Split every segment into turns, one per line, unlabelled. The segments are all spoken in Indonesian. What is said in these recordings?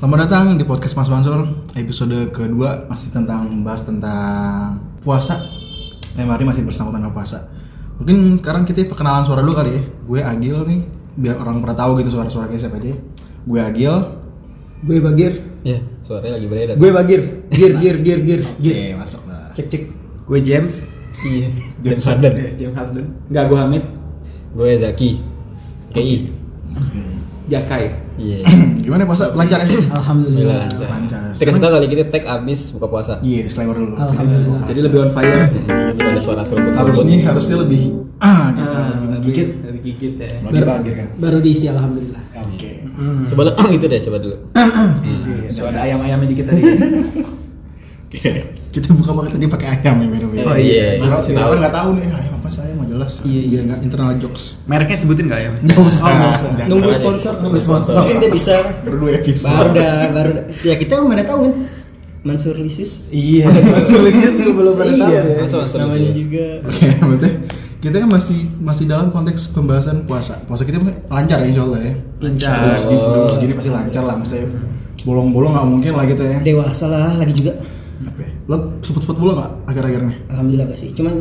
Selamat datang di podcast Mas Mansur episode kedua masih tentang membahas tentang puasa. Tema hari masih bersangkutan dengan puasa. Mungkin sekarang kita perkenalan suara dulu kali ya. Gue Agil nih, biar orang pada tahu gitu suara-suara kayak siapa aja. ya. Gue Agil.
Gue Bagir.
Ya, suaranya lagi berbeda.
Gue Bagir. Gir gir gir gir.
Oke, masuk lah.
Cek cek.
Gue James.
iya.
James
James Harden.
Eh, James Harden. Enggak, gue Hamid.
Gue Zaki. KI.
Oke.
Jakai.
Iya.
Hmm, Gimana puasa lancar ya?
Gila.
Alhamdulillah.
lancar.
Lancar.
Kita kasih tau kali kita tag abis buka puasa. Iya,
Iya, disclaimer dulu.
Alhamdulillah.
Kita
Jadi lebih on fire.
Jadi ada suara Hmm. seruput
harusnya harusnya lebih ah, kita lebih menggigit.
Lebih gigit ya.
Lebih bagir kan.
Baru diisi alhamdulillah.
Ya, Oke.
Coba lu gitu deh, coba dulu.
Iya, Suara ayam-ayamnya dikit tadi.
Oke. Kita buka pakai tadi pakai ayam ya beda-beda.
Oh, iya.
Kalau
Masih
Orang
tahu.
nggak tahu nih ayam apa saya mau jelas.
Iya, iya.
Biar nggak internal jokes.
Mereknya sebutin nggak ya?
Nggak usah.
Oh, nggak usah.
Jangan.
Nunggu
Jangan
sponsor.
aja. Nunggu sponsor.
Mungkin dia bisa.
Berdua episode.
Baru dah, baru dah. Ya kita mana tahu kan? Mansur Lisis.
Iya.
Lisis juga belum
pernah tahu ya.
Masa Mansur
Namanya
Lisis?
juga.
Oke, maksudnya kita kan masih masih dalam konteks pembahasan puasa. Puasa kita lancar ya insya Allah ya.
Lancar.
Udah segini, udah segini pasti lancar lah. Maksudnya bolong-bolong nggak mungkin lah gitu ya.
Dewasa lah lagi juga.
Apa ya? Lo sebut-sebut bola nggak akhir-akhir nih?
Alhamdulillah gak sih. Cuman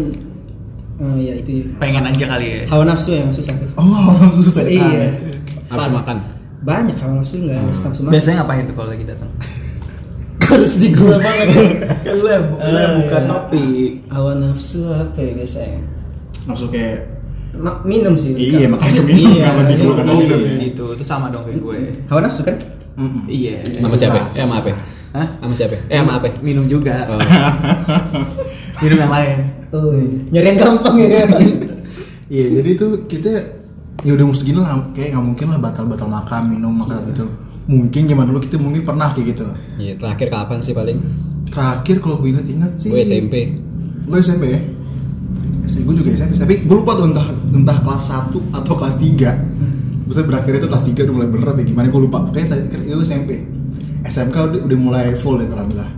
eh, ya itu
Pengen aja kali ya.
hawa nafsu yang susah tuh.
Oh, orang susu tadi.
Iya.
Habis makan.
Banyak hawa nafsu nggak harus nafsu makan.
Biasanya ngapain tuh kalau lagi datang?
harus di gua banget.
Kan lu yang
lu yang buka
topik.
Hawa nafsu apa ya biasanya?
Nafsu kayak
Ma- minum sih.
Iya,
Kan.
makanya minum,
Iya,
kenapa dijual kan?
iya.
Oh,
Minum ya.
gitu. Itu sama dong kayak gue.
Hawa nafsu kan?
Mm-mm.
Iya.
Sama
Susah,
siapa? Eh, sama apa?
Hah?
Sama siapa? Eh, sama apa?
Minum juga.
Oh.
Minum yang lain.
Oh, nyari yang gampang ya kan.
Iya, jadi itu kita ya udah umur segini lah, kayak nggak mungkin lah batal-batal makan, minum, makan gitu. Mungkin zaman dulu kita mungkin pernah kayak gitu.
Iya, terakhir kapan sih paling?
Terakhir kalau gue inget-inget sih.
Gue SMP.
Lo SMP ya? SMP, gue juga SMP, tapi gue lupa tuh entah, entah kelas 1 atau kelas 3 Maksudnya berakhir itu kelas 3 udah mulai bener apa gimana, gue lupa Pokoknya tadi kira itu SMP SMK udah, udah mulai full deh Alhamdulillah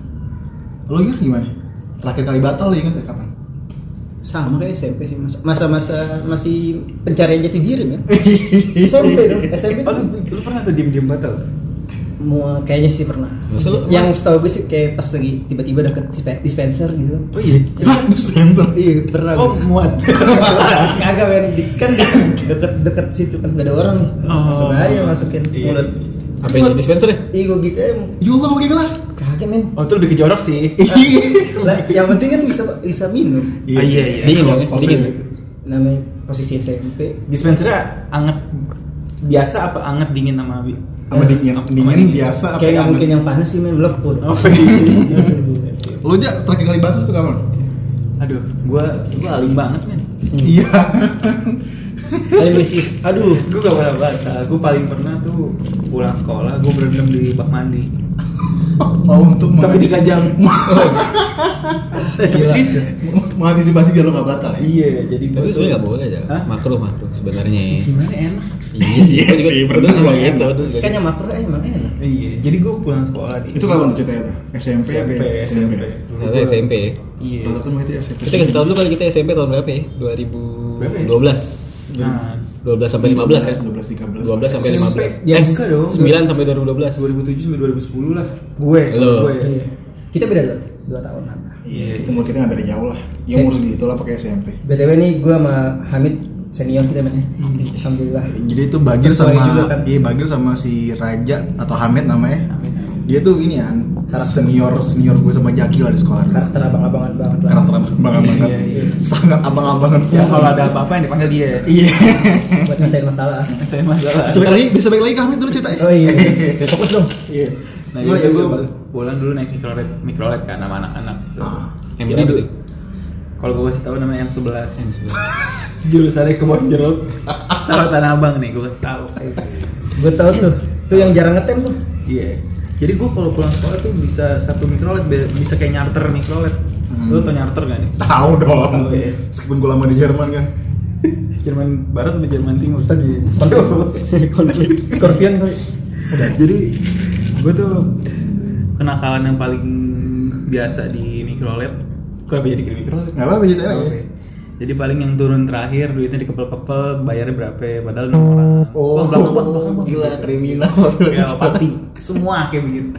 Lo kira gimana? Terakhir kali batal lo inget ya kapan?
Sama kayak SMP sih mas- masa-masa masih pencarian jati diri kan. SMP dong, SMP
Oh, lu,
tuh
lu pernah tuh diem-diem batal?
mau kayaknya sih pernah.
Masa lu-
yang setahu gue sih kayak pas lagi tiba-tiba deket dispe- dispenser gitu.
Oh iya.
Hah, dispenser?
Iya pernah.
Oh, muat.
Kagak men, Di- kan di- deket-deket situ kan gak ada orang nih.
Oh.
Masuk aja masukin
Iya.
mulut.
Apa ini dispenser ya?
Iya gue gitu aja.
Ya Allah, pakai gelas?
Kaget men.
Oh, itu lebih ke jorok sih.
Lah, yang penting kan bisa bisa minum.
Ah, iya, iya.
Dingin dong ya?
Kalau-
Dingin.
Namanya posisi SMP.
Dispensernya anget biasa apa anget dingin sama bi-
Sama dingin,
Sama
dingin
dingin.
biasa apa
Kayak nggak
anget?
mungkin yang panas sih men melepuh.
Oh,
Lo aja terakhir kali batal tuh kapan?
Aduh, gua gua alim banget men.
Iya
Paling missis.
Iya.
Aduh.
Gua gak pernah batal. Gua paling pernah tuh pulang sekolah, gua berendam di bak mandi.
Oh untuk
Tapi
mengati-
tiga jam. Tapi
Gila.
serius. ya?
Mengantisipasi biar lo gak batal ya?
Iya, jadi gua
Tapi
tuh-
sebenarnya nggak boleh ya.
Hah?
Makruh, makruh sebenarnya.
Gimana enak?
Iya
Gua juga-
sih,
gua
bener.
juga gitu. gua juga
Kan yang makro eh, emang enak.
Iya, jadi gua pulang sekolah di
Itu kapan tuh ceritanya tuh? SMP,
SMP, SMP. Dulu
Ternyata
gua-
SMP ya.
Iya.
Lo kan berarti SMP
Kita kasih tau dulu kali kita SMP tahun berapa ya? 2012
Nah,
12 sampai
Iya,
15 kan?
12, 13.
12 sampai
SMP.
15.
Ya,
eh,
enggak dong.
9 sampai 2012.
2007 sampai 2010 lah. Gue,
Lo.
gue.
Iya. Kita beda dua, dua tahun.
Iya, kita umur kita nggak beda jauh lah. Ya umur segitu lah pakai SMP.
BTW nih gue sama Hamid senior kita men. ya. Alhamdulillah.
Iya, Jadi itu Bagir
Sesuai
sama
juga kan.
iya Bagir sama si Raja atau Hamid namanya.
Amin.
Dia tuh ini kan
Karakter.
senior senior gue sama Jaki lah di sekolah. dulu.
Karakter abang-abangan banget lah.
Karakter abang-abangan.
Iya, iya.
Sangat abang-abangan
Ya
semua.
kalau ada apa-apa yang dipanggil dia.
Iya.
Buat nyelesain masalah.
Saya masalah.
Bisa balik lagi, bisa balik lagi ke Hamid dulu ceritanya.
Oh iya. Fokus dong.
Iya.
Nah,
Gimana,
jadi gue
gimana?
pulang dulu naik mikrolet, mikrolet kan sama anak-anak. tuh.
Ah.
Yang
Jadi
berapa
dulu,
tuh?
kalau gue kasih tahu namanya M11. Jurusannya kebon jeruk. Salah tanah abang nih, gue kasih tahu.
Gue tau tuh. Tuh yang jarang ngetem tuh.
Iya. Jadi gue kalau pulang sekolah tuh bisa satu mikrolet, be- bisa kayak nyarter mikrolet.
Hmm.
Lu tau nyarter gak nih?
Tahu dong.
Tahu, iya.
Meskipun gue lama di Jerman kan.
Jerman Barat atau Jerman Timur?
Tadi.
Konflik.
Scorpion kali.
jadi gue tuh kenakalan yang paling biasa di mikrolet gue apa jadi ke mikrolet
Nggak apa-apa ceritain aja.
Oke. Jadi paling yang turun terakhir duitnya dikepel-kepel, bayarnya berapa, padahal enam orang.
Oh,
belakang, belakang, belakang, belakang.
gila kriminal.
Ya pasti semua kayak begitu.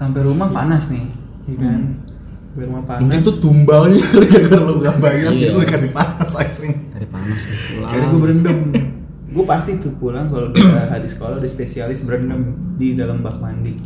Sampai rumah panas nih, ya kan? Sampai rumah panas.
Hmm. Mungkin tuh tumbalnya gara-gara lu gak bayar
Iya.
jadi lu dikasih panas akhirnya.
Hari panas nih pulang.
Akhirnya gue berendam. gue pasti tuh pulang kalau udah habis sekolah udah spesialis berendam di dalam bak mandi.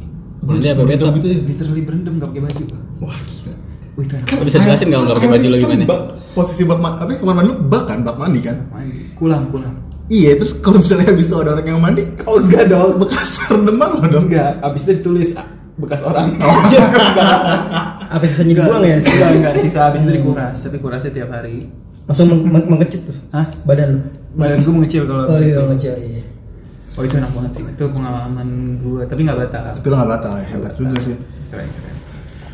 Berendam apa bathtub?
gitu ya.
Literally berendam gak pakai baju.
Wah, gila.
Wih, itu enak.
Kan- bisa jelasin nggak nggak pakai baju ya? lo
lagi
gimana?
posisi bak mandi, apa ya, kamar mandi lu bak kan, bak mandi kan?
Mandi. Kulam, kulam.
Iya, terus kalau misalnya habis itu ada orang yang mandi,
Oh enggak dong.
bekas rendeman lo dong.
Enggak, abis itu ditulis ah, bekas orang.
Apa sisanya dibuang ya?
iya. Sisa enggak, Hmm. sisa abis itu dikuras. Tapi kurasnya tiap hari.
Langsung meng- meng- mengecut tuh
Hah?
badan lu.
Badan gue mengecil kalau
Oh
abis
iya,
itu.
mengecil iya.
Oh itu enak banget sih. Itu pengalaman gue, tapi nggak batal.
Tapi lo gak batal ya, hebat juga sih.
Keren, keren.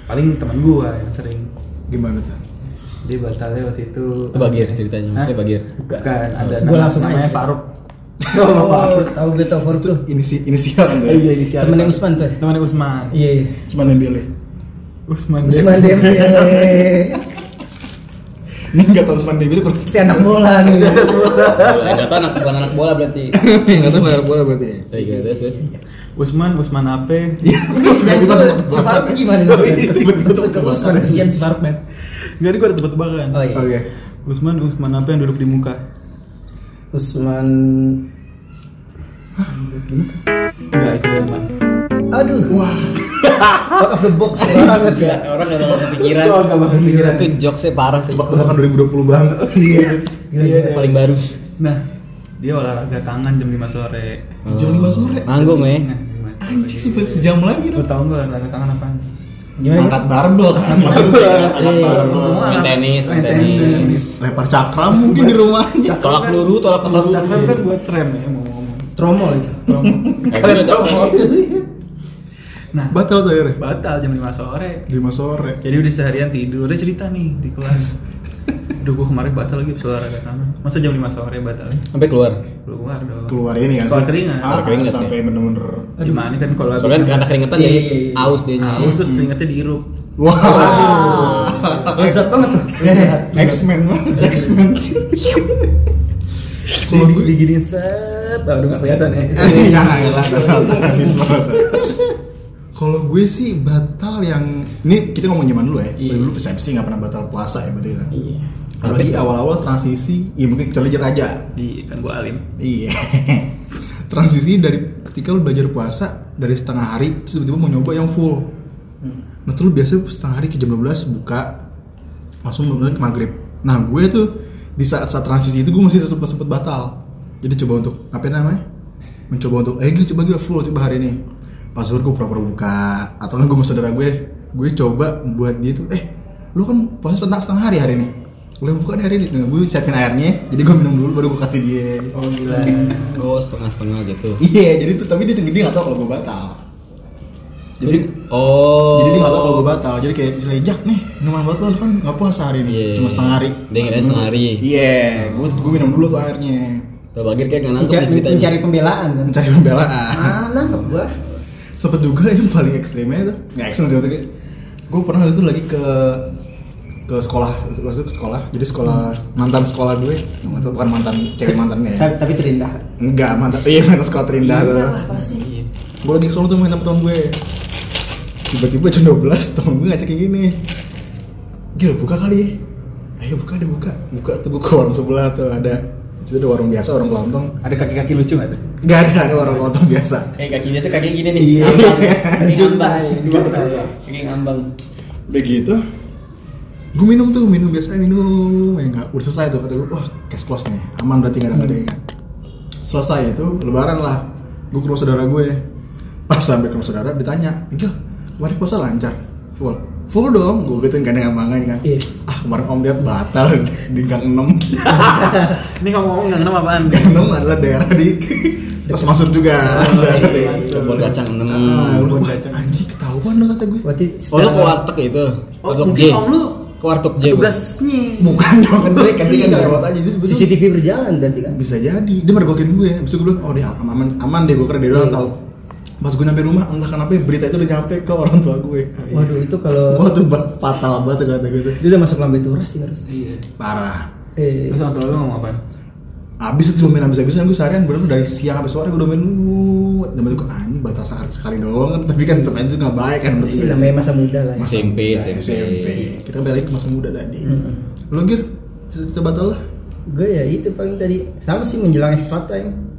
Paling teman gue yang sering.
Gimana tuh?
Dia batalnya waktu itu.
Itu bagir ceritanya, maksudnya
Hah?
bagir.
Bukan, ada
Gua
nama-
langsung
namanya
aja.
Faruk.
Oh, tahu gue tahu Faruk tuh.
Inisi, inisial kan tuh. ya?
Eh, iya inisial.
Temennya Usman tuh.
Temannya Usman.
Iya iya.
Cuma nembele.
Usman.
Usman Dembele.
Ini gak tau Usman Dembele per...
Si anak bola nih.
Enggak eh, tahu anak bukan anak bola berarti.
Gak tau bayar bola berarti Iya. ya?
Iya, iya, terus terus.
Usman, Usman apa?
Yang
Kita
gua-
tebak-tebakan.
si Faruk gimana nih? Masuk ke Usman kesian si Faruk men.
Enggak, ini gue ada tebak-tebakan.
Oh iya.
Oke.
Usman, Usman apa yang duduk di muka?
Usman
Enggak, itu Usman.
Aduh.
Wah,
Out of the box banget ya.
Orang enggak bakal kepikiran.
Itu orang nggak bakal Iya, kepikiran.
Itu jokesnya parah sih.
tebak-tebakan 2020 banget.
Iya. Gila,
Iya,
gila.
iya.
Paling baru.
Nah, dia olahraga tangan jam 5 sore.
Jam lima sore.
Manggung ya.
Nah, lima sore.
Anjir sih, sejam lagi
Lu
dong.
tau nggak olahraga tangan apa?
Gimana?
Angkat barbel kan? Angkat barbel.
Iya. Main tenis, main
Main tenis.
tenis.
Lempar cakram mungkin di rumahnya.
Tolak peluru, tolak peluru.
Cakram kan buat rem ya mau ngomong.
Tromol itu.
Eh, gua udah tahu.
Nah,
Batal tuh akhirnya.
batal jam 5 sore.
Lima sore.
Jadi udah seharian tidur, dia cerita nih di kelas. Aduh, gua kemarin batal lagi bisa olahraga tangan. Masa jam 5 sore batalnya?
Sampai keluar.
Keluar dong.
Keluar ini kan?
Keluar keringat.
Ah,
Keluar keringat,
sampai bener-bener.
Aduh.
Gimana kan kalau habis
Soalnya kan kata keringetan
Iya,
jadi
iya, iya.
aus dia nya.
haus Nah, terus keringetnya dihirup.
Wah.
Lezat banget tuh. Eh,
X-Men banget, X-Men. Keluar
Di- diginiin set. Aduh nggak kelihatan ya.
Iya,
Eh, ya elah, kasih suara tuh. Kalau gue sih batal yang ini kita ngomong zaman dulu ya.
Iya.
Dulu PSMC nggak pernah batal puasa ya berarti kan.
Iya.
Apalagi awal-awal transisi, ya mungkin kecuali aja.
Iya kan gua alim.
Iya. transisi dari ketika lu belajar puasa dari setengah hari terus tiba-tiba mau nyoba yang full. Nah, tuh lu biasanya setengah hari ke jam 12 buka langsung benar ke maghrib. Nah, gue tuh di saat saat transisi itu gue masih sempat sempat batal. Jadi coba untuk apa namanya? Mencoba untuk eh gue coba gue full coba hari ini. Pas zuhur gue pura-pura buka atau enggak gue sama saudara gue, gue coba buat dia tuh eh lu kan puasa setengah, setengah hari hari ini. Lu yang buka deh hari ini. Nah, gue siapin airnya, jadi gue minum dulu baru gue kasih dia.
Oh gila.
Oh, setengah-setengah gitu.
Iya, jadi tuh tapi dia dia nggak tahu kalau gue batal. Jadi
oh.
jadi dia nggak tahu kalau gue batal. Jadi kayak misalnya Jack nih minuman buat lo, lo kan nggak puasa hari ini,
Iya.
cuma setengah hari.
Dia kira
Minum.
setengah hari.
Iya, gue gue minum dulu tuh airnya
Tuh bagir kayak nggak nangkep
Mencari,
nih ceritanya.
mencari pembelaan kan.
mencari pembelaan.
Ah, nangkep gua.
Sempet juga yang paling ekstrimnya tuh, nggak ekstrim sih maksudnya. Gue pernah waktu itu lagi ke ke sekolah, waktu itu ke sekolah. Jadi sekolah mantan sekolah gue, Atau bukan mantan cewek mantannya ya.
Tapi, tapi terindah.
Enggak, mantan, iya mantan sekolah terindah tuh.
Iyalah, pasti.
gue lagi kesel tuh main sama temen gue tiba-tiba jam 12 temen gue ngajak kayak gini gila buka kali ya ayo buka deh buka buka tuh gue ke warung sebelah tuh ada itu ada warung biasa warung lontong
Ada kaki-kaki lucu nggak tuh?
nggak ada ada warung lontong biasa
Eh kaki biasa kaki gini nih.
Iya.
Jumbang.
Juntai.
Iya.
Kaki ngambang.
udah gitu gue minum tuh minum biasa minum ya nggak udah selesai tuh kata gue wah cash close nih aman berarti nggak ada
Hmm.
nggak ada yang nggak. selesai itu lebaran lah gue ke rumah saudara gue pas sampai ke rumah saudara ditanya gil kemarin puasa lancar full full dong gue gituin kan yang mangan kan
Iya.
ah kemarin om lihat batal di gang 6
Ini kamu ngomong nggak kenapa apaan?
gang 6 adalah daerah di pas masuk juga
iya, iya.
Kebun kacang enam.
Ah, lu
Kebun
wah,
kacang.
anjing ketahuan dong kata gue
Berarti
Oh lu ke
secara-
warteg itu.
Oh,
Warteg
mungkin
J. Iya,
om lu
Ke warteg J. Bu.
tugasnya.
bukan dong kan gue kan
Iya.
dia lewat aja jadi betul-
CCTV berjalan berarti kan.
bisa jadi dia mergokin gue bisa gue bilang oh dia aman aman deh gue kira dia doang tahu pas gue nyampe rumah entah kenapa ya, berita itu udah nyampe ke orang tua gue
Waduh, itu kalau
Eh.
gue tuh ba- fatal banget kata gue tuh
dia udah masuk lambe turas sih harus.
Iya.
parah
Eh,
Terus orang tua lu ngomong apa?
Abis itu domain abis abisan gue seharian belum dari siang sampai sore gue domain wuuut. Dan gue anjing batas sehari sekali doang tapi kan tetap aja itu nggak baik kan menurut
Iya,
gue.
namanya masa muda lah ya.
Masa
SMP,
muda,
SMP.
Kita balik ke masa muda tadi.
Hmm.
Lo gir cerita batal lah.
Gue ya itu paling tadi sama sih menjelang extra time.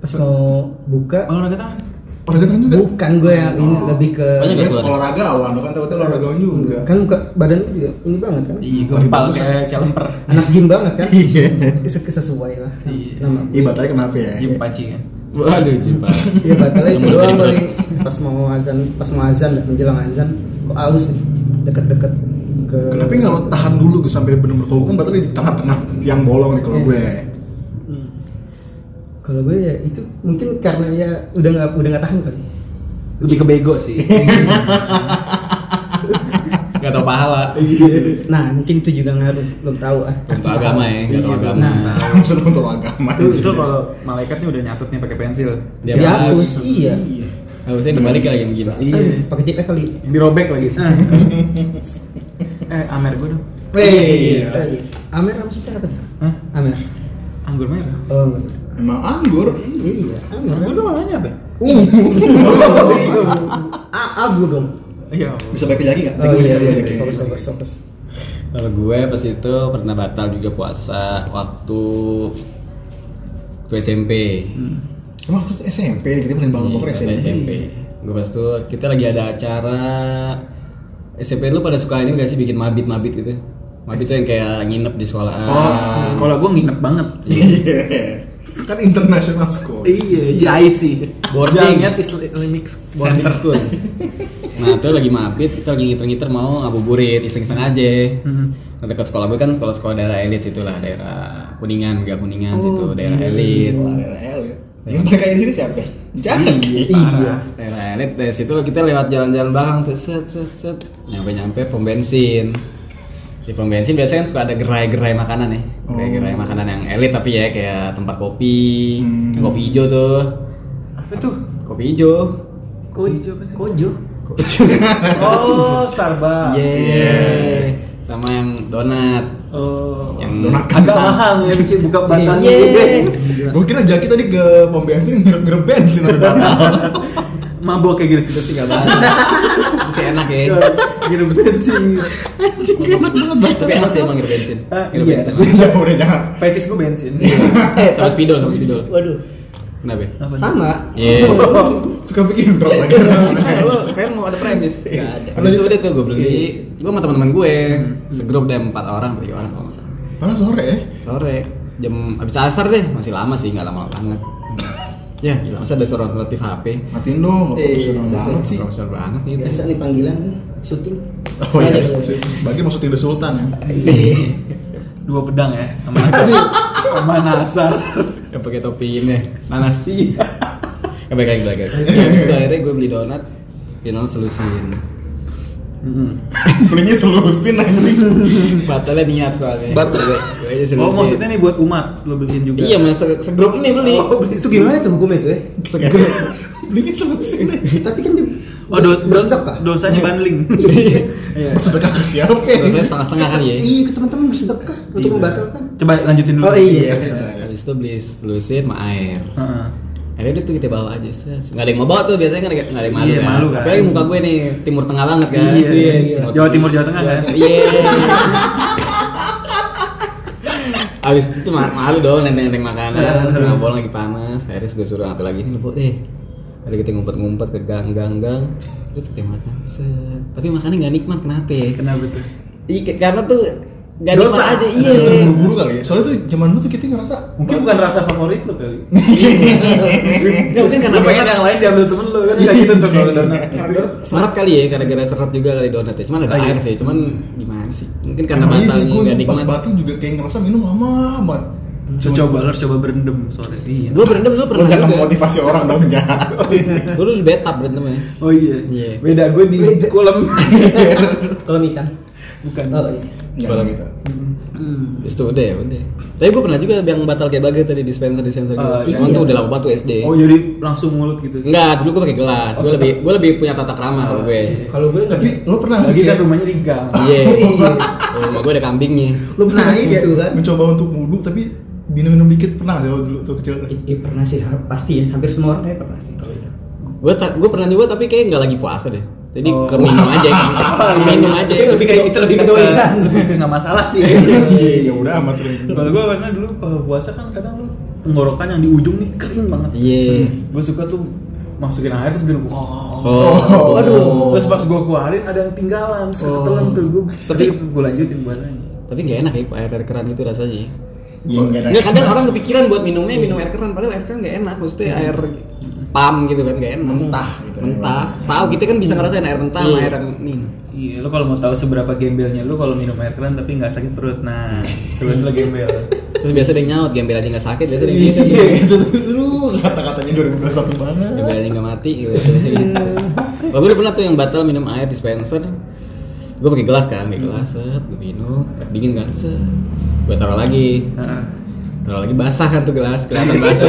Pas mau buka,
Olahraga tangan?
Olahraga tangan juga.
bukan gue yang ini
Oh.
lebih ke
Banyak
Dia
gak keluar?
olahraga awan, lo kan takutnya olahragawan juga.
kan muka badan lu juga ini banget kan.
Iya, gempal
Paling bagus.
kayak celemper.
Anak gym banget kan.
Iya.
Ses- Sesuai lah
Iya.
nama
Iya batalnya kenapa ya?
Jim panci kan.
Waduh, jempa.
Iya batalnya itu
Yang
doang
bener.
paling pas mau azan, pas mau azan lah, menjelang azan kok aus nih deket-deket ke
Kenapa nggak lo tahan dulu gue sampai benar-benar kalau kan batalnya di tengah-tengah tiang bolong nih kalau
Iya.
gue.
Hmm. Kalau gue ya itu mungkin karena ya udah nggak udah nggak tahan kali.
Lebih ke bego sih.
Gak tau pahala.
Nah mungkin itu juga ngaruh belum tahu ah.
Belum tahu agama ya, nggak tahu
Iya,
agama.
belum tahu.
Maksudnya untuk agama.
itu itu kalau malaikatnya udah nyatut nih pakai pensil.
Dia
Ya,
harus-
harus. Iya.
Harusnya dibalik lagi yang begini.
Iya.
Eh, Pakai tipnya kali.
Yang dirobek lagi. Ah. eh, amer gue dong.
Wih,
Eh, Amer maksudnya apa? tuh?
Hah?
Amer.
Anggur merah.
Oh enggak.
emang anggur.
Iya. Amer.
Anggur dong namanya apa?
Bingung. A- Abu dong.
Iya.
Bisa balik lagi nggak?
Oh iya iya.
Balik
iya.
lagi.
Fokus fokus fokus.
Kalau gue pas itu pernah batal juga puasa waktu waktu SMP.
Emang waktu itu SMP, kita pernah bangun bokor
Iya, waktu
SMP.
SMP. Gue pas itu kita lagi ada acara SMP lu pada suka ini gak sih bikin mabit-mabit gitu? Mabit tuh yang kayak nginep di sekolahan.
Oh, sekolah gue nginep banget.
Iya. Kan international school.
Iya, JIC.
Boarding.
Jamiat Islamic
boarding
Center.
school. Nah, itu lagi mabit, kita lagi ngiter-ngiter mau ngabuburit, iseng-iseng aja.
Hmm.
Nah, dekat sekolah gue kan sekolah-sekolah daerah elit situlah, daerah Kuningan, Gak Kuningan situ, daerah elit.
Wah, daerah L ya. Yang mereka di sini siapa? Jangan.
Iya.
Daerah elit dari situ kita lewat jalan-jalan belakang tuh set set set nyampe-nyampe pom bensin. Di pom bensin biasanya kan suka ada gerai-gerai makanan ya.
Oh.
Gerai-gerai makanan yang elit tapi ya kayak tempat kopi,
Hmm.
yang kopi hijau tuh.
Apa tuh?
Kopi hijau.
Kojo. Kojo.
Oh, Starbucks.
Yeay. Sama yang donat.
Oh.
Yang
donat
agak
kentang.
mahal ya bikin buka batangnya
Iya.
gede.
Gue kira Jaki tadi ke pom bensin ngerem bensin sampai batal.
Mabok kayak gitu, gini
Itu sih gak banget. Itu sih enak ya.
Ngirim bensin.
Anjing enak banget batal.
Tapi enak sih emang ngirim bensin.
Ah,
Ngirim
iya.
bensin.
Udah, udah jangan.
Fetish gue bensin.
Eh,
Sama spidol, sama spidol.
Waduh.
Kenapa? ya?
Apa
Sama.
Iya.
Suka bikin drop lagi.
Iya.
Lo pengen mau ada premis?
Iya. Hmm.
Gak ada. Habis itu udah tuh gue beli, gue sama teman-teman gue, segrup deh empat orang, tiga orang kalau nggak salah.
Malah sore ya.
Sore, jam abis asar deh, masih lama sih, nggak lama banget. Ya, gila masa ada suara notif HP.
Matiin dong, nggak
Eh,
profesional
susah.
banget sih.
Profesor banget gitu.
Biasa nih panggilan kan syuting.
Oh iya,
Ada.
bagi maksud Tinder Sultan ya.
Iya.
Dua pedang ya. Sama Nasar. Sama Nasar.
Yang pakai topi ini, nanas sih. Ya baik lagi, baik lagi. Habis itu akhirnya gue beli donat, beli donat selusin.
Mm.
Belinya selusin anjing.
Batalnya niat soalnya.
Batal.
Gue- Gue aja selusin.
Oh maksudnya nih buat umat lo beliin juga.
Iya, mas se- segrup nih beli.
Oh, beli
Itu gimana tuh hukumnya tuh ya?
Segrup.
Belinya selusin. anjing.
Tapi kan dia
Oh, do- do-
bersedekah. Iya.
dosanya bandling.
Iya. Maksud kakak siapa?
Rasanya setengah-setengah kali ya.
Iya, ke teman-teman bersedekah untuk
Iya.
membatalkan.
Coba lanjutin dulu.
Oh, iya.
Habis itu beli selusin sama air.
Heeh.
Akhirnya udah tuh kita bawa aja. set. Nggak ada yang mau bawa tuh biasanya kan nggak nggak ada yang malu
Iya,
kan.
malu kan.
Apalagi muka gue nih timur tengah banget kan.
Iya, iya, iya. Jawa Timur, Jawa Tengah kan?
Iya. Abis itu tuh ma- malu dong nenteng-nenteng makanan,
Iya.
ngobrol lagi panas. Akhirnya gue suruh satu lagi nih bu deh. Ada kita ngumpet-ngumpet ke gang-gang-gang. Itu kita makan. set. Tapi makannya nggak nikmat kenapa ya?
Kenapa tuh?
Iya ke- karena tuh gak
Dosa.
nikmat aja. Iya.
Buru-buru kali ya. Soalnya tuh zaman dulu tuh kita ngerasa
Mungkin bukan rasa favorit lo kali.
Iya.
Ya mungkin karena
Lu pengen yang lain diambil temen lo kan kayak gitu tuh kalau donat.
seret kali ya gara-gara seret juga kali donat ya. Cuman ada
Ah, iya.
air sih, cuman gimana sih? Mungkin karena
Emang iya sih,
batalnya
gua
gak
Pas
nikmat.
batal juga kayak ngerasa minum lama amat.
Coba coba lo harus coba berendam sore. Iya.
Gue berendam
Lo
dulu pernah
jangan
juga.
memotivasi orang dong ya.
Gue dulu di bathtub berendam ya.
Oh iya.
Iya.
Beda gue di
Beda.
kolam.
Kalau ikan.
Bukan.
Oh iya.
Enggak lah gitu.
Hmm.
Terus tuh udah ya udah. Tapi gue pernah juga yang batal kayak bagai tadi dispenser dispenser gitu.
Ah, iya.
Cuman tuh udah lama banget tuh SD.
Oh jadi langsung mulut gitu.
Enggak, dulu gue pakai gelas. Gue lebih gue lebih punya tata krama kalau gue.
Kalau gue nggak
Tapi lo pernah sih
Lagi kan rumahnya di kan gang.
Iya.
Iya.
Kalau rumah gue ada kambingnya.
Lo pernah
Nah,
ini
itu
kayak
kan.
mencoba untuk wudhu tapi minum-minum dikit pernah nggak lo dulu tuh kecil tuh?
I- i- iya, pernah sih ha- pasti ya hampir semua orang kayak pernah sih kalau itu
Gue ta- gue pernah juga tapi kayak nggak lagi puasa deh. Jadi
Oh.
ke minum aja, ke minum aja.
Itu lebih kayak- itu lebih ke doyan.
Lebih ke nggak masalah sih.
Iya, ya udah amat lo.
Kalau gue karena dulu kalau puasa kan kadang lu tenggorokan yang di ujung nih kering banget.
Iya.
Gue suka tuh masukin air terus gini oh.
Oh.
Waduh, terus pas gue keluarin ada yang ketinggalan, terus
Oh.
ketelan tuh gue. Tapi
Tapi-
gue lanjutin puasanya.
Tapi nggak enak ya air air keran itu rasanya.
Iya nggak ada.
Nggak kadang orang kepikiran buat minumnya minum air keran padahal air keran nggak enak. Maksudnya air pam gitu kan nggak enak.
Mentah gitu.
Mentah. Tahu kita kan bisa ngerasain air mentah sama
Iya.
air yang ini.
Iya, lo kalau mau tahu seberapa gembelnya lo kalau minum air keran tapi nggak sakit perut, nah terus lo gembel.
Terus biasa ada yang nyaut, gembel aja nggak sakit, biasa ada yang gitu.
Iya itu tuh dulu kata-katanya 2021 banget. Iya,
Gembel aja nggak mati, gitu. biasa gitu. Waktu itu pernah tuh yang batal minum air dispenser, gue pakai gelas kan, pakai gelas, set, gue minum, air dingin kan, set, gue taruh lagi,
Nah.
taruh lagi basah kan tuh gelas, kelihatan basah.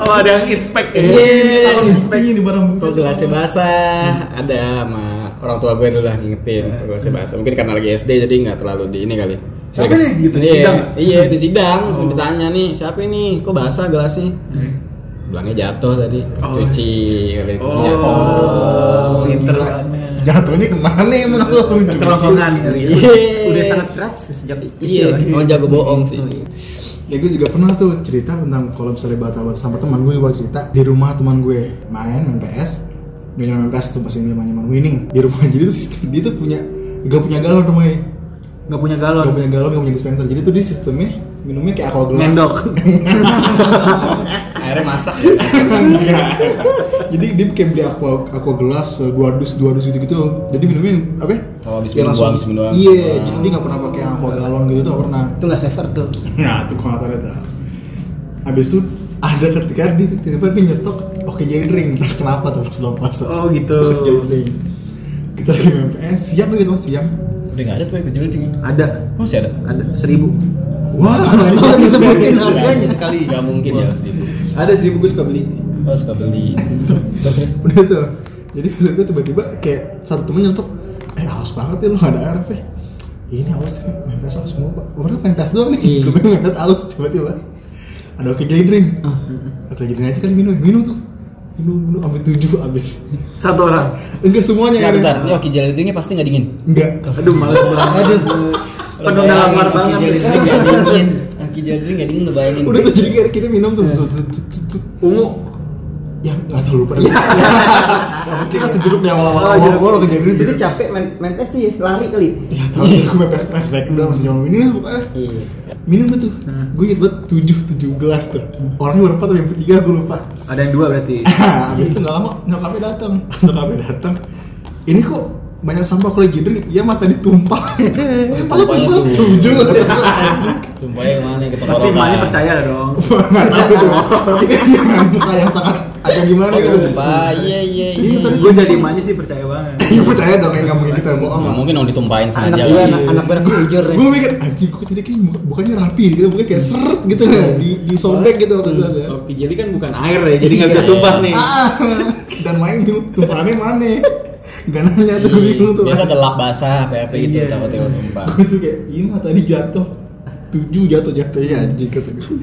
Oh ada yang inspect ya?
Iya.
Kalau inspeknya di barang bukti.
Tuh gelasnya basah, ada sama orang tua gue dulu lah ngingetin
Ya.
gelasnya basah. Mungkin karena lagi SD jadi nggak terlalu di ini kali.
Siapa
Sering-
nih? Gitu, di
Iya,
sidang?
Iya di sidang,
Oh.
ditanya nih siapa nih, kok basah gelasnya? Bilangnya jatuh tadi,
Oh.
cuci, kali Iya.
Oh,
cucinya.
Oh,
pinter
gila.
banget.
Jatuhnya kemana emang aku langsung cuci?
Kerongkongan ya.
Iya.
Kan, udah sangat terlatih sejak
Iya,
kecil Oh, iya.
kalau jago bohong sih.
Ya gue juga pernah tuh cerita tentang kalau misalnya batal-batal sama teman gue gue cerita di rumah teman gue main main PS dia nyamain main PS tuh pas ini main winning di rumah jadi tuh sistem dia tuh punya gak punya galon rumahnya
Gak punya
gak
galon.
punya galon gak punya dispenser jadi tuh dia sistemnya minumnya kayak aqua gelas
Ngendok.
Akhirnya masak.
Iya. jadi dia kayak beli aqua aqua gelas eh, dua dus dua dus gitu gitu jadi minumnya apa ya?
Oh, habis
Ya,
minum
langsung-
doang, habis minum doang.
iya
Ah.
jadi dia gak pernah pakai aqua galon gitu tuh gak pernah
itu nggak safer tuh
Nah, itu kalau ada tuh. Habis itu ada ketika di tiba-tiba dia nyetok oke jadi ring. Entah kenapa tuh pas belum puasa.
Oh, gitu.
Oke jadi ring. Kita lagi main PS siang gitu Mas, siang.
Udah nggak ada tuh ya kejurutin.
Ada,
Masih ada.
ada seribu.
Wah,
harus banget
gitu,
disebutin
Harganya
harganya
sekali. Gak mungkin ya seribu.
Ada seribu gue suka beli.
Gue suka beli. Terus terus.
Udah tuh. Jadi waktu itu tiba-tiba kayak satu temen nyetok, eh haus banget ya lu nggak ada RF ya. Ini haus tuh main PS haus semua. Pak. Orang main PS doang nih.
Iya.
Gue main PS haus tiba-tiba. Ada oke jadi ring.
Oh.
Oke jadi ring aja kali minum, ya. minum tuh. Minum, minum, ambil tujuh abis
Satu orang.
Enggak semuanya
Nah,
ya.
bentar. Ini oke jelly drinknya pasti nggak dingin.
Enggak.
Aduh males banget. Aduh. Penuh
Bayangin,
lapar
Aki
banget.
Jelly Drink nggak dingin. Aki jelly drink nggak dingin lu bayangin.
Udah tuh jadi kayak kita minum tuh. tut, tut, tut, tut, tut.
Ungu.
Ya nggak tahu lupa. Ya. Kita sejeruk yang
Oh,
awal-awal
jeruk.
awal orang kejadian
jadi
jadi
capek main main tes tuh ya lari kali
Ya tahu tuh gue mepes mepes back udah masih nyolong ini lah pokoknya.
iya
Minum gue tuh.
Hmm.
Gue inget banget tujuh tujuh gelas tuh. Orangnya berempat atau bertiga gue lupa.
Ada yang dua berarti.
Ah,
Habis
iya.
itu nggak lama nyokapnya datang. Nyokapnya datang. Ini kok banyak sampah kalau jadi iya mah tadi tumpah. Padahal
Tumpahnya
tumpah
tuh.
tujuh. kata gue, anjing.
Tumpahnya kemana ke
Pasti emaknya percaya dong.
Nggak tahu dong. Ini dia main muka yang sangat agak gimana
Oh,
gitu.
tumpah. Iya iya
Iya,
iya.
tadi
Gue jadi emaknya sih Iya, percaya banget.
Ya percaya dong yang nggak mungkin kita bohong
Oh, Nggak mungkin dong ditumpahin
anak
sengaja.
gue
lah.
anak anak gue anak jujur ya
Gue mikir, anjing gue tadi kayak muka- bukannya rapi gitu, mukanya kayak seret gitu ya, di, di sobek gitu waktu itu ya.
Oke, jadi kan bukan air ya, jadi nggak bisa
Iya.
tumpah nih.
Ah, dan main tuh tumpahannya mana? Gak nanya tuh
Iya,
gue bingung tuh.
Biasa ada lap basah, PHP gitu,
Iya.
takut tinggal tumpah.
Gue tuh kayak, ini mah tadi jatuh, tujuh jatuh jatuh ya anjing kata
Iya,
gue.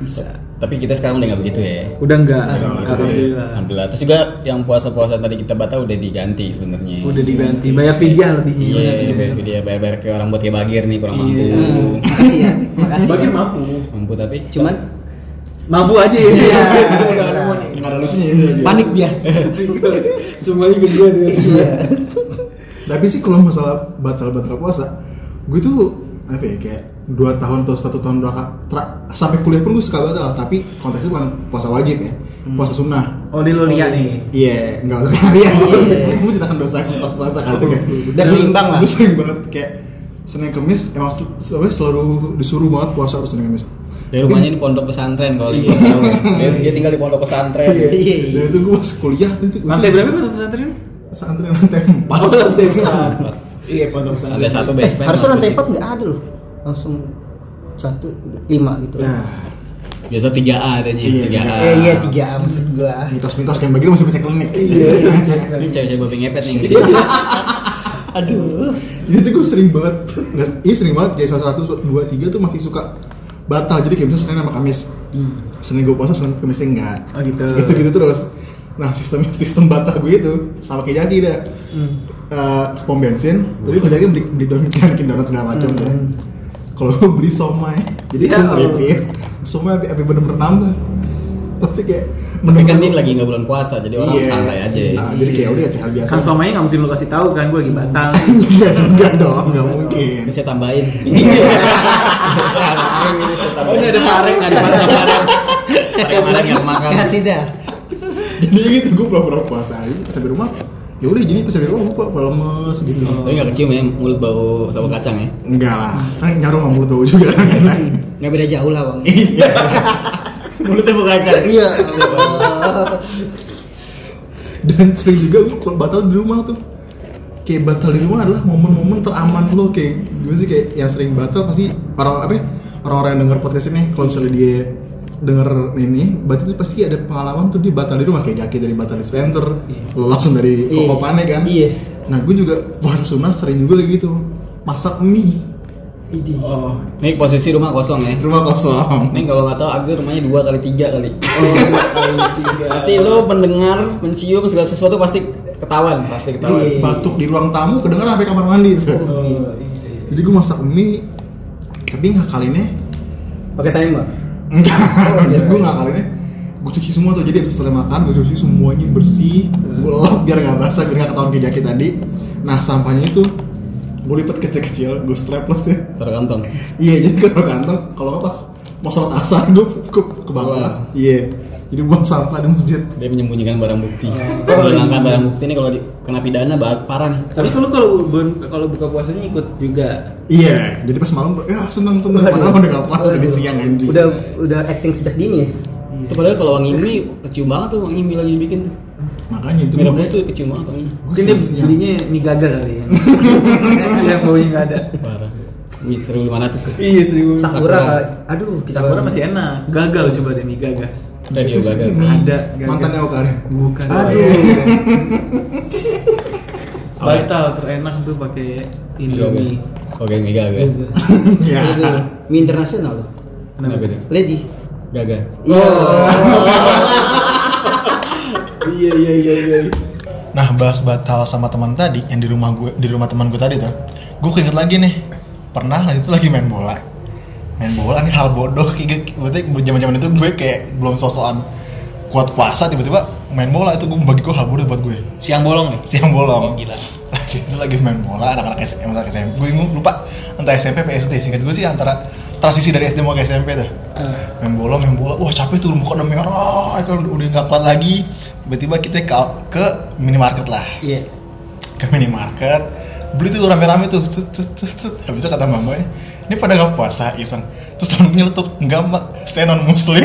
bisa
Tapi kita sekarang udah nggak begitu ya.
Udah enggak.
Alhamdulillah.
Alhamdulillah.
Alhamdulillah. Terus juga yang puasa-puasa tadi kita batal udah diganti sebenarnya.
Udah diganti. Bayar fidyah lebihnya.
Iya,
Bayar fidyah.
bayar dia bayar ke orang buat kayak bagir nih kurang
Iya.
mampu.
makasih ya makasih
Bagir
ya.
mampu.
Mampu tapi
cuman
Mampu aja ya.
Iya.
Udah nemu nih.
Gak ada lucunya iya, ini aja.
panik dia
Semuanya berdua tuh.
Iya.
Tapi sih kalau masalah batal-batal puasa, gue tuh apa ya kayak dua tahun atau satu tahun belakang tra- sampai kuliah pun gue suka batal tapi konteksnya bukan puasa wajib ya puasa sunnah
Oh, di Lolia nih.
Iya, enggak usah hari ya. Gue ceritakan dosa aku pas puasa kan itu kayak.
Biar seimbang lah.
Gue sering banget kayak Senin Kamis emang sel- selalu, selalu disuruh banget puasa harus Senin Kamis.
dari rumahnya di pondok pesantren kalau dia tahu. Dia, dia tinggal di pondok pesantren.
Iya.
Iya, iya.
Dan itu gue pas kuliah tuh itu.
Lantai berapa Oh. Pak pesantren?
Pesantren lantai 4. lantai
Iya, pondok pesantren.
Ada satu
eh
basement.
harusnya lantai
sih.
empat nggak ada loh langsung satu lima gitu
Nah,
Biasa 3A adanya,
Iya,
3A.
Eh, iya tiga A maksud gua
kan, mitos-mitos kayak begini masih punya klinik.
Iya.
Ini cewek-cewek babi ngepet nih.
Aduh.
Jadi tuh gue sering banget, nggak- iya sering banget kayak semester satu, dua, tiga tuh masih suka batal. Jadi kayak misalnya Senin sama Kamis,
Hmm.
Senin gue puasa, Senin Kamisnya enggak.
Oh, gitu.
Gitu gitu terus. Nah sistem sistem batal gue itu sama kayak jadi dah. Eh, ke pom bensin, tapi gue jadi beli beli donat kan, donat segala macam kan. Kalau gue beli somai, jadi
Ya
gue beli
Allah.
pir, somai apa bener-bener nambah. Pasti kayak
Tapi kan ini lagi nggak bulan puasa, jadi orang
Iya.
santai aja. ya.
Nah, jadi kayak udah kayak hal biasa.
Kan somanya nggak mungkin lu kasih tahu kan gue lagi batal.
Iya, enggak dong, enggak mungkin.
Ini saya tambahin. Oh, ini ada pareng, ada pareng, pareng. Pareng pareng
Iya.
yang makan.
Kasih dah.
Jadi gitu gue pura-pura puasa aja sampai rumah. Ya udah jadi pas sampai rumah gue pura-pura lemes gitu.
Tapi nggak kecium ya, mulut bau sama kacang ya.
Enggak lah, kan nyaru sama mulut bau juga kan enak.
Nggak beda jauh lah bang.
Iya.
Mulutnya bau kacang.
Iya. Allah. Dan sering juga gue kalau batal di rumah tuh kayak batal di rumah adalah momen-momen teraman lo kayak gimana sih kayak yang sering batal pasti orang apa ya, orang-orang yang denger podcast ini kalau misalnya dia denger ini berarti tuh pasti ada pengalaman tuh dia batal di rumah kayak jaki dari batal dispenser lo langsung dari
Iya.
kokopane kan
Iya.
nah gue juga puasa sunnah sering juga kayak gitu masak mie
Idi.
Oh,
Ini posisi rumah kosong ya.
di rumah kosong
Ini kalau nggak tahu Agil rumahnya dua kali tiga kali.
pasti
Pasti lo pendengar, mencium segala sesuatu pasti ketahuan, pasti ketahuan.
Iya.
batuk di ruang tamu kedengeran sampai kamar mandi
Oh,
jadi gue masak mie tapi ngakalinnya
Pakai timer.
enggak jadi gue ngakalinnya gue cuci semua tuh jadi abis selesai makan gue cuci semuanya bersih gue lap biar nggak basah biar nggak ketahuan kejaki tadi nah sampahnya itu gue lipat kecil-kecil gue strapless ya
Taruh kantong.
iya jadi kalau kantong kalau nggak pas mau sholat asar gue ke, ke bawah
Wah.
iya jadi buang sampah di masjid
Dia menyembunyikan barang bukti. Menghilangkan barang bukti ini kalau di, kena pidana bah- parah nih.
Tapi kalau kalau bu- kalau buka puasanya ikut juga.
iya jadi pas malam gue ya seneng seneng padahal udah nggak pas
Waduh.
di siang anjing
Iya. Udah udah acting sejak dini ya.
Itu padahal kalau wangi mie kecium banget tuh wangi mie lagi dibikin tuh.
makanya itu
Mie rebus
makanya
tuh kecium banget wanginya.
gue
Mungkin dia
siang-siang.
belinya mie gagal kali ya. yang baunya nggak ada.
Parah. Mie 1500 ya.
Iya seribu.
Sakura,
Sakura.
kali- aduh kita
Sakura masih enak. Gagal coba deh mie gagal.
Radio
Itu
gagal.
ini,
Ada, gagal.
mantannya Okare
Bukan.
Aduh.
Batal terenak tuh pakai
Iya,
Indomie.
Oke, mie gagal.
Iya.
ya
Gitu. mie internasional loh.
Kenapa
Kenapa?
tuh?
Lady.
Gagal.
Iya iya iya iya.
nah bahas batal sama teman tadi yang di rumah gue di rumah teman gue tadi tuh gue keinget lagi nih pernah lah itu lagi main bola main bola nih hal bodoh kayak gitu. berarti zaman zaman itu gue kayak belum sosokan kuat puasa tiba-tiba main bola itu gue bagi gue hal bodoh buat gue
Siang bolong nih.
siang bolong
Oh, gila.
lagi itu lagi main bola anak-anak SMP anak SMP gue ngu- lupa entah SMP apa SD singkat gue sih antara transisi dari SD mau ke SMP tuh
Ah.
main bola main bola wah capek tuh muka udah merah kan udah nggak kuat lagi tiba-tiba kita ke, ke minimarket lah
Iya.
ke minimarket beli tuh rame-rame tuh tut, tut, tut, tut. habis itu kata "Eh, mamanya ini pada gak puasa iseng terus temen gue nyeletuk enggak mbak saya non muslim